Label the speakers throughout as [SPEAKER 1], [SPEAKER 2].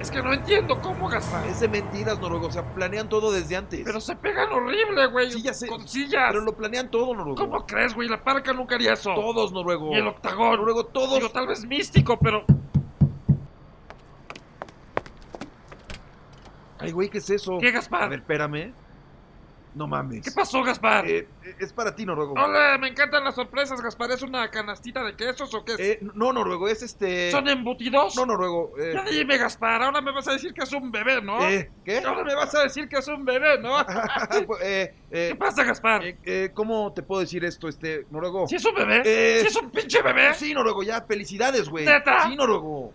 [SPEAKER 1] Es que no entiendo cómo, Gaspar.
[SPEAKER 2] Es de mentiras, Noruego. O sea, planean todo desde antes.
[SPEAKER 1] Pero se pegan horrible, güey.
[SPEAKER 2] Sí, ya sé.
[SPEAKER 1] Con sillas.
[SPEAKER 2] Pero lo planean todo, Noruego.
[SPEAKER 1] ¿Cómo crees, güey? La parca nunca haría eso.
[SPEAKER 2] Todos, Noruego.
[SPEAKER 1] Y el octagón.
[SPEAKER 2] Noruego, todos.
[SPEAKER 1] Digo, tal vez místico, pero.
[SPEAKER 2] Ay, güey, ¿qué es eso?
[SPEAKER 1] ¿Qué, Gaspar?
[SPEAKER 2] A ver, espérame. No mames.
[SPEAKER 1] ¿Qué pasó, Gaspar?
[SPEAKER 2] Eh, eh, es para ti, Noruego.
[SPEAKER 1] Hola, me encantan las sorpresas, Gaspar. ¿Es una canastita de quesos o qué es?
[SPEAKER 2] Eh, no, Noruego, es este.
[SPEAKER 1] ¿Son embutidos?
[SPEAKER 2] No, Noruego. Eh...
[SPEAKER 1] Ya dime, Gaspar. Ahora me vas a decir que es un bebé, ¿no?
[SPEAKER 2] Eh, ¿Qué?
[SPEAKER 1] Ahora me vas a decir que es un bebé, ¿no?
[SPEAKER 2] eh, eh,
[SPEAKER 1] ¿Qué pasa, Gaspar?
[SPEAKER 2] eh, eh, ¿Cómo te puedo decir esto, este, Noruego?
[SPEAKER 1] ¿Si es un bebé?
[SPEAKER 2] eh,
[SPEAKER 1] ¿Si es un pinche bebé?
[SPEAKER 2] Sí, Noruego, ya, felicidades, güey.
[SPEAKER 1] ¿Neta?
[SPEAKER 2] Sí, Noruego.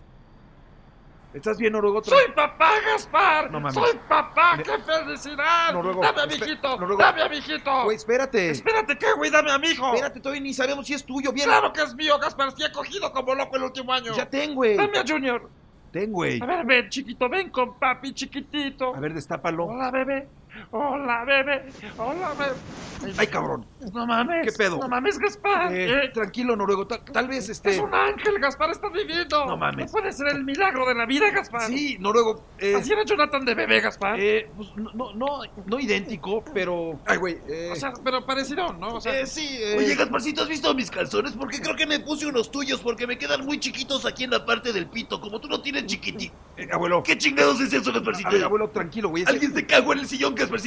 [SPEAKER 2] ¿Estás bien, Noruego? Tra-
[SPEAKER 1] ¡Soy papá, Gaspar!
[SPEAKER 2] No mames.
[SPEAKER 1] ¡Soy papá!
[SPEAKER 2] Me-
[SPEAKER 1] ¡Qué felicidad!
[SPEAKER 2] Noruego,
[SPEAKER 1] ¡Dame a mi
[SPEAKER 2] espe-
[SPEAKER 1] hijito!
[SPEAKER 2] Noruego.
[SPEAKER 1] ¡Dame a mi hijito!
[SPEAKER 2] Güey, espérate.
[SPEAKER 1] Espérate, ¿qué, güey? ¡Dame a mi hijo!
[SPEAKER 2] Espérate, todavía ni sabemos si es tuyo. Bien.
[SPEAKER 1] ¡Claro que es mío, Gaspar! ¡Sí he cogido como loco el último año!
[SPEAKER 2] Ya ten, güey.
[SPEAKER 1] ¡Dame a Junior!
[SPEAKER 2] Ten, güey.
[SPEAKER 1] A ver, ven, chiquito, ven con papi, chiquitito.
[SPEAKER 2] A ver, destápalo.
[SPEAKER 1] Hola, bebé. Hola, bebé. Hola, bebé.
[SPEAKER 2] Ay, cabrón.
[SPEAKER 1] No mames.
[SPEAKER 2] ¿Qué pedo?
[SPEAKER 1] No mames, Gaspar.
[SPEAKER 2] Eh,
[SPEAKER 1] Eh,
[SPEAKER 2] tranquilo, Noruego. Tal, tal vez
[SPEAKER 1] es
[SPEAKER 2] este.
[SPEAKER 1] un ángel, Gaspar, está viviendo.
[SPEAKER 2] No mames.
[SPEAKER 1] puede ser el milagro de la vida, Gaspar.
[SPEAKER 2] Sí, Noruego. eh,
[SPEAKER 1] Así era Jonathan de bebé, Gaspar.
[SPEAKER 2] eh, pues, no, no, no, no idéntico, pero. Ay, güey. Eh,
[SPEAKER 1] o sea, pero parecido, ¿no? O sea,
[SPEAKER 2] eh, sí. eh,
[SPEAKER 3] Oye, Gasparcito, ¿has visto mis calzones? Porque creo que me puse unos tuyos porque me quedan muy chiquitos aquí en la parte del pito, como tú no tienes chiquitito.
[SPEAKER 2] eh, abuelo.
[SPEAKER 3] ¿Qué chingados es eso,
[SPEAKER 2] A
[SPEAKER 3] Gasparcito?
[SPEAKER 2] ver, abuelo, tranquilo, güey. es-
[SPEAKER 3] Alguien se cagó en el sillón, Gasparcito.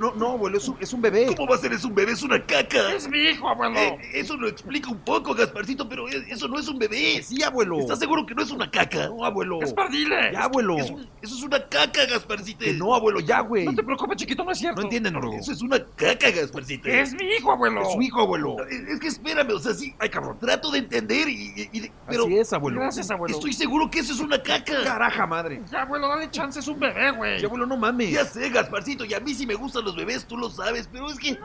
[SPEAKER 2] No, no, abuelo, es un, es un bebé.
[SPEAKER 3] ¿Cómo va a ser? Es un bebé, es una caca.
[SPEAKER 1] es mi hijo, abuelo.
[SPEAKER 3] Eh, eso lo explica un poco, Gasparcito, pero eh, eso no es un bebé.
[SPEAKER 2] Sí, abuelo.
[SPEAKER 3] ¿Estás seguro que no es una caca?
[SPEAKER 2] No, abuelo.
[SPEAKER 1] Gaspar, dile.
[SPEAKER 2] Ya, abuelo.
[SPEAKER 3] Es un- eso es una caca, Gasparcito.
[SPEAKER 2] Que no, abuelo, ya, güey.
[SPEAKER 1] No te preocupes, chiquito, no es cierto.
[SPEAKER 2] No entiende, Noruego.
[SPEAKER 3] Eso es una caca, Gasparcito.
[SPEAKER 1] Es mi hijo, abuelo.
[SPEAKER 2] Es su hijo, abuelo.
[SPEAKER 3] Eh, Es que espérame, o sea, sí. Ay, cabrón. Trato de entender y. y- y de- pero
[SPEAKER 2] Así es, abuelo.
[SPEAKER 1] Gracias, abuelo.
[SPEAKER 3] estoy seguro que eso es una caca.
[SPEAKER 2] Caraja madre.
[SPEAKER 1] Ya, abuelo, dale chance, es un bebé, güey.
[SPEAKER 2] Sí, abuelo, no mames.
[SPEAKER 3] Ya sé, Gasparcito, y a mí sí me gustan los bebés, tú lo sabes, pero es que.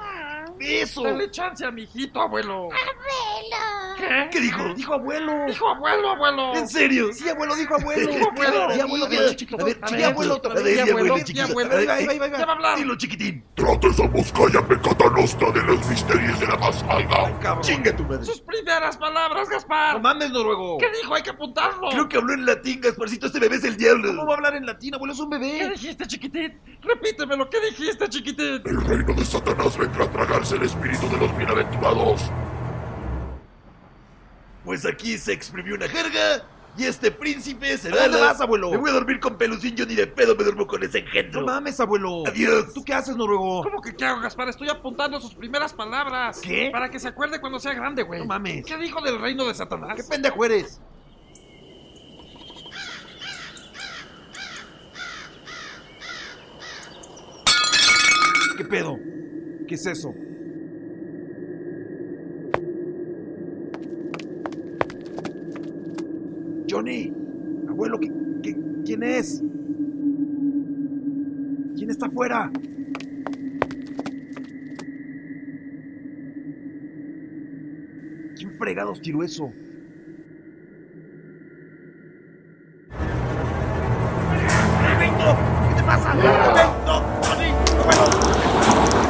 [SPEAKER 3] Eso.
[SPEAKER 1] Dale chance a mi hijito, abuelo. ¡Abuelo!
[SPEAKER 3] ¿Qué
[SPEAKER 1] ¿Qué?
[SPEAKER 3] dijo?
[SPEAKER 2] Dijo abuelo.
[SPEAKER 1] Dijo abuelo, abuelo.
[SPEAKER 3] ¿En serio?
[SPEAKER 2] Sí, abuelo, dijo abuelo.
[SPEAKER 1] Dijo abuelo.
[SPEAKER 2] Sí, abuelo,
[SPEAKER 3] A
[SPEAKER 2] dijo
[SPEAKER 3] ver,
[SPEAKER 2] chiquito.
[SPEAKER 3] a ver,
[SPEAKER 1] A
[SPEAKER 2] Sí,
[SPEAKER 1] ver,
[SPEAKER 2] abuelo,
[SPEAKER 1] a
[SPEAKER 2] otra
[SPEAKER 1] ver,
[SPEAKER 2] vez.
[SPEAKER 1] ya,
[SPEAKER 2] Sí, abuelo,
[SPEAKER 1] abuelo,
[SPEAKER 2] chiquito.
[SPEAKER 1] ya, abuelo.
[SPEAKER 2] A ver, ahí va, ahí va, ahí
[SPEAKER 1] Ya va a
[SPEAKER 2] va.
[SPEAKER 1] hablar.
[SPEAKER 3] Dilo, chiquitín.
[SPEAKER 4] Trata esa moscaya pecatanosta de los misterios de la
[SPEAKER 2] Ay,
[SPEAKER 4] pasada.
[SPEAKER 2] cabrón.
[SPEAKER 3] Chinga tu madre.
[SPEAKER 1] Sus primeras palabras,
[SPEAKER 2] No
[SPEAKER 1] Gaspar.
[SPEAKER 2] mames, Noruego.
[SPEAKER 1] ¿Qué dijo? Hay que apuntarlo.
[SPEAKER 3] Creo que habló en latín, Gasparcito. Este bebé es el diablo.
[SPEAKER 2] ¿Cómo va a hablar en latín, abuelo? Es un
[SPEAKER 1] ¿Qué
[SPEAKER 2] bebé.
[SPEAKER 1] dijiste, chiquitín? Repítemelo, ¿qué dijiste, chiquitín?
[SPEAKER 4] El reino de Satanás vendrá a tragarse el espíritu de los bienaventurados.
[SPEAKER 3] Pues aquí se exprimió una jerga y este príncipe se
[SPEAKER 2] ¿A
[SPEAKER 3] da
[SPEAKER 2] dónde
[SPEAKER 3] la-
[SPEAKER 2] vas, abuelo?
[SPEAKER 3] Me voy a dormir con pelucín, yo ni de pedo me duermo con ese engendro.
[SPEAKER 2] No mames, abuelo.
[SPEAKER 3] Adiós.
[SPEAKER 2] ¿Tú qué haces, Noruego?
[SPEAKER 1] ¿Cómo que qué hago, Gaspar? Estoy apuntando sus primeras palabras.
[SPEAKER 2] ¿Qué?
[SPEAKER 1] Para que se acuerde cuando sea grande, güey.
[SPEAKER 2] No mames.
[SPEAKER 1] ¿Qué dijo del reino de
[SPEAKER 2] ¿Qué
[SPEAKER 1] Satanás?
[SPEAKER 2] pendejo eres? ¿Qué pedo? ¿Qué es eso? Johnny, abuelo, ¿qué, qué- quién es? ¿Quién está afuera? ¿Quién fregados tiró eso?
[SPEAKER 3] ¿Qué te pasa? ¡No, Tony! ¡Bueno!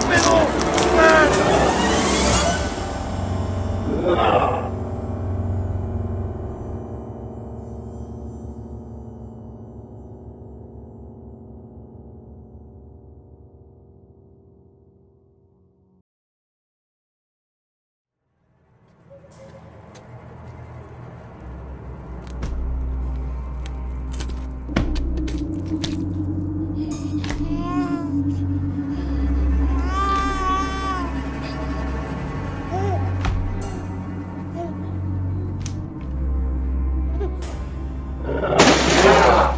[SPEAKER 3] ¡Ah!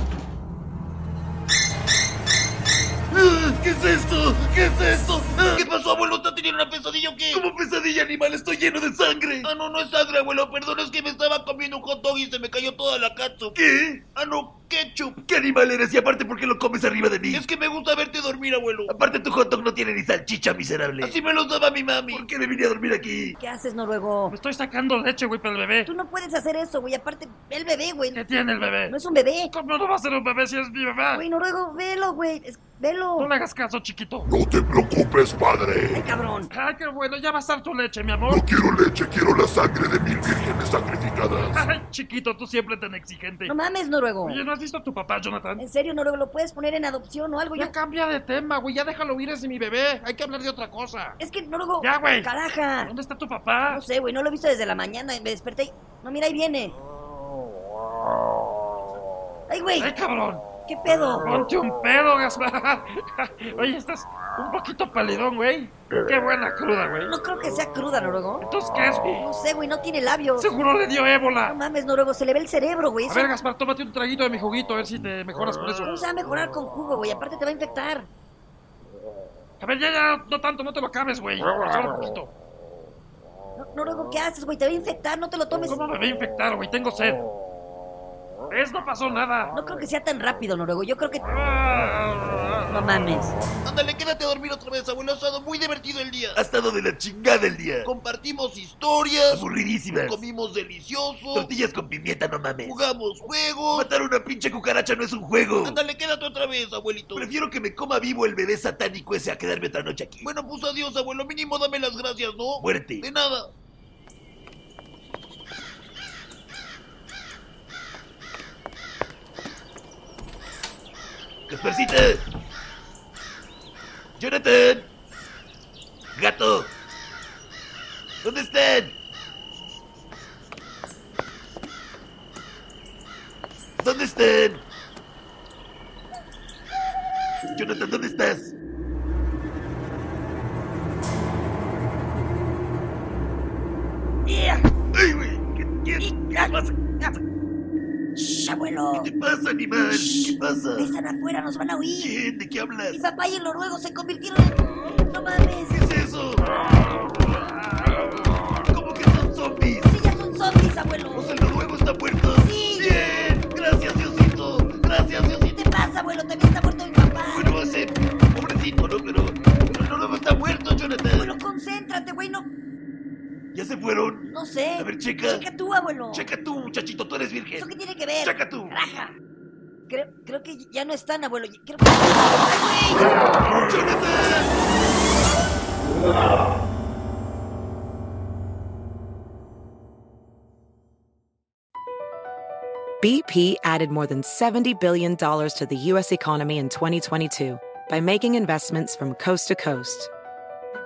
[SPEAKER 3] tiene una pesadilla o qué? ¿Cómo ¡Ah! pesadilla, animal? Estoy lleno de sangre. Ah, no, no es sangre, abuelo. Perdón, es que me estaba comiendo un hot dog y se me cayó toda la katsu. ¿Qué? Ah, no, ketchup. ¿Qué animal eres? Y aparte, ¿por qué lo comes arriba de mí? Es que me gusta verte dormir, abuelo. Aparte, tu hot dog no tiene ni salchicha, miserable. Así me lo daba mi mami. ¿Por qué me vine a dormir aquí?
[SPEAKER 5] ¿Qué haces, Noruego?
[SPEAKER 1] Me estoy sacando leche, güey, para el bebé.
[SPEAKER 5] Tú no puedes hacer eso, güey. Aparte, ve el bebé, güey.
[SPEAKER 1] ¿Qué tiene el bebé?
[SPEAKER 5] No es un bebé.
[SPEAKER 1] ¿Cómo no va a ser un bebé si es mi bebé?
[SPEAKER 5] Güey, Noruego, velo, güey. Es-
[SPEAKER 1] No
[SPEAKER 5] Velo.
[SPEAKER 1] le hagas caso, chiquito.
[SPEAKER 4] No te preocupes,
[SPEAKER 5] Ay,
[SPEAKER 4] padre.
[SPEAKER 5] cabrón.
[SPEAKER 1] Ay, qué bueno, ya va a estar tu leche, mi amor.
[SPEAKER 4] No quiero leche, quiero la sangre de mil vírgenes sacrificadas.
[SPEAKER 1] Ay, chiquito, tú siempre tan exigente.
[SPEAKER 5] No mames, Noruego.
[SPEAKER 1] Oye, ¿no has visto a tu papá, Jonathan?
[SPEAKER 5] En serio, Noruego, ¿lo puedes poner en adopción o algo? Yo-
[SPEAKER 1] Ya cambia de tema, güey, ya déjalo ir, es mi bebé. Hay que hablar de otra cosa.
[SPEAKER 5] Es que, Noruego...
[SPEAKER 1] Ya, güey.
[SPEAKER 5] Caraja.
[SPEAKER 1] ¿Dónde está tu papá?
[SPEAKER 5] Ah. No sé, güey. No lo he visto desde la mañana. Me desperté y... No, mira, ahí viene. Ay, güey.
[SPEAKER 1] Ay, cabrón.
[SPEAKER 5] ¿Qué pedo?
[SPEAKER 1] Ponte un pedo, Gaspar. Oye, estás un poquito palidón, güey. Qué buena cruda, güey.
[SPEAKER 5] No creo que sea cruda, Noruego.
[SPEAKER 1] Entonces, ¿qué es?
[SPEAKER 5] No sé, güey. No tiene labios.
[SPEAKER 1] Seguro le dio
[SPEAKER 5] No
[SPEAKER 1] ébola.
[SPEAKER 5] mames, Noruego. Se le ve el cerebro, güey.
[SPEAKER 1] A
[SPEAKER 5] Eso-
[SPEAKER 1] ver, Gaspar, tómate un traguito de mi juguito, a ver si te mejoras con eso.
[SPEAKER 5] ¿Cómo se va a mejorar con jugo, güey? Aparte te va a infectar.
[SPEAKER 1] A ver, ya, ya, no tanto, no te lo acabes, güey. Solo un poquito.
[SPEAKER 5] No, Noruego, ¿qué haces, güey? Te va a infectar. No te lo tomes.
[SPEAKER 1] ¿Cómo me voy a infectar, güey? Tengo sed. ¿Ves? No pasó nada.
[SPEAKER 5] No creo que sea tan rápido, Noruego. Yo creo que...
[SPEAKER 1] Ah,
[SPEAKER 5] No mames.
[SPEAKER 3] Ándale, quédate a dormir otra vez, abuelo. Ha estado muy divertido el día. Ha estado de la chingada el día. Compartimos historias. Aburridísimas. Comimos delicioso. Tortillas con pimienta, no mames. Jugamos juegos. Matar una pinche cucaracha no es un juego. Ándale, quédate otra vez, abuelito. Prefiero que me coma vivo el bebé satánico ese a quedarme otra noche aquí. Bueno, pues adiós, abuelo. Mínimo dame las gracias, ¿no? Muerte. De nada. Caspercita. Jonathan. Gato. ¿Dónde están? ¿Dónde están? Jonathan, ¿dónde estás? ¡Ay, güey! ¿Qué, qué- qué pasa?
[SPEAKER 5] Shh, abuelo.
[SPEAKER 3] ¿Qué pasa, animal? ¿Qué pasa?
[SPEAKER 5] Me están afuera, nos van a oír.
[SPEAKER 3] ¿Quién? ¿De qué hablas?
[SPEAKER 5] Mi papá y el noruego se convirtieron en... No mames.
[SPEAKER 3] ¿Qué es eso? ¿Cómo que son zombies?
[SPEAKER 5] Sí, ya son zombies, abuelo.
[SPEAKER 3] ¿O sea, el noruego está muerto?
[SPEAKER 5] Sí.
[SPEAKER 3] ¡Bien! ¡Gracias, Diosito! ¡Gracias,
[SPEAKER 5] ¿Qué
[SPEAKER 3] Diosito!
[SPEAKER 5] te pasa, abuelo? También está muerto mi papá.
[SPEAKER 3] Bueno, ese pobrecito, ¿no? Pero, pero el noruego está muerto,
[SPEAKER 5] Abuelo,
[SPEAKER 3] Jonathan.
[SPEAKER 5] concéntrate, güey. No,
[SPEAKER 3] ¿Ya se fueron?
[SPEAKER 5] no sé.
[SPEAKER 3] A ver, checa.
[SPEAKER 5] Checa tú, abuelo.
[SPEAKER 3] Checa tú, muchachito, tú eres
[SPEAKER 5] ¿Eso
[SPEAKER 3] virgen.
[SPEAKER 5] qué tiene que ver?
[SPEAKER 3] Checa tú.
[SPEAKER 5] Raja. Creo, creo que ya no están, abuelo. Creo que... ¡Ay, güey!
[SPEAKER 3] ¡Jonathan!
[SPEAKER 6] BP added more than $70 billion to the U.S. economy in 2022 by making investments from coast to coast.